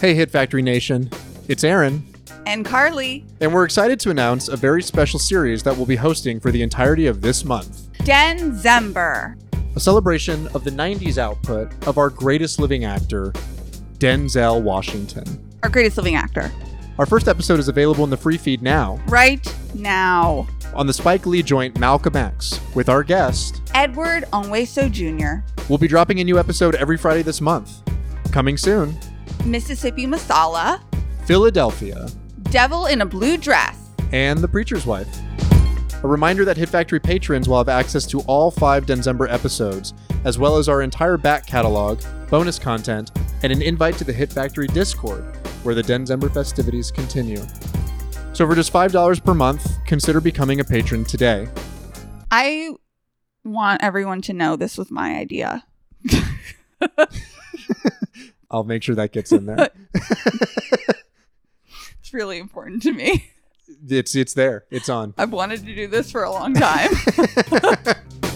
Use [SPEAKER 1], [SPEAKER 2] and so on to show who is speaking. [SPEAKER 1] Hey, Hit Factory Nation. It's Aaron,
[SPEAKER 2] And Carly,
[SPEAKER 1] and we're excited to announce a very special series that we'll be hosting for the entirety of this month
[SPEAKER 2] Denzember.
[SPEAKER 1] a celebration of the 90s output of our greatest living actor, Denzel Washington.
[SPEAKER 2] Our greatest living actor.
[SPEAKER 1] Our first episode is available in the free feed now
[SPEAKER 2] Right now.
[SPEAKER 1] on the Spike Lee joint Malcolm X with our guest.
[SPEAKER 2] Edward Onweso Jr.,
[SPEAKER 1] We'll be dropping a new episode every Friday this month. Coming soon,
[SPEAKER 2] Mississippi Masala,
[SPEAKER 1] Philadelphia
[SPEAKER 2] Devil in a Blue Dress,
[SPEAKER 1] and The Preacher's Wife. A reminder that Hit Factory patrons will have access to all five Denzember episodes, as well as our entire back catalog, bonus content, and an invite to the Hit Factory Discord, where the Denzember festivities continue. So for just $5 per month, consider becoming a patron today.
[SPEAKER 2] I want everyone to know this was my idea.
[SPEAKER 1] I'll make sure that gets in there.
[SPEAKER 2] It's really important to me.
[SPEAKER 1] it's it's there. It's on.
[SPEAKER 2] I've wanted to do this for a long time.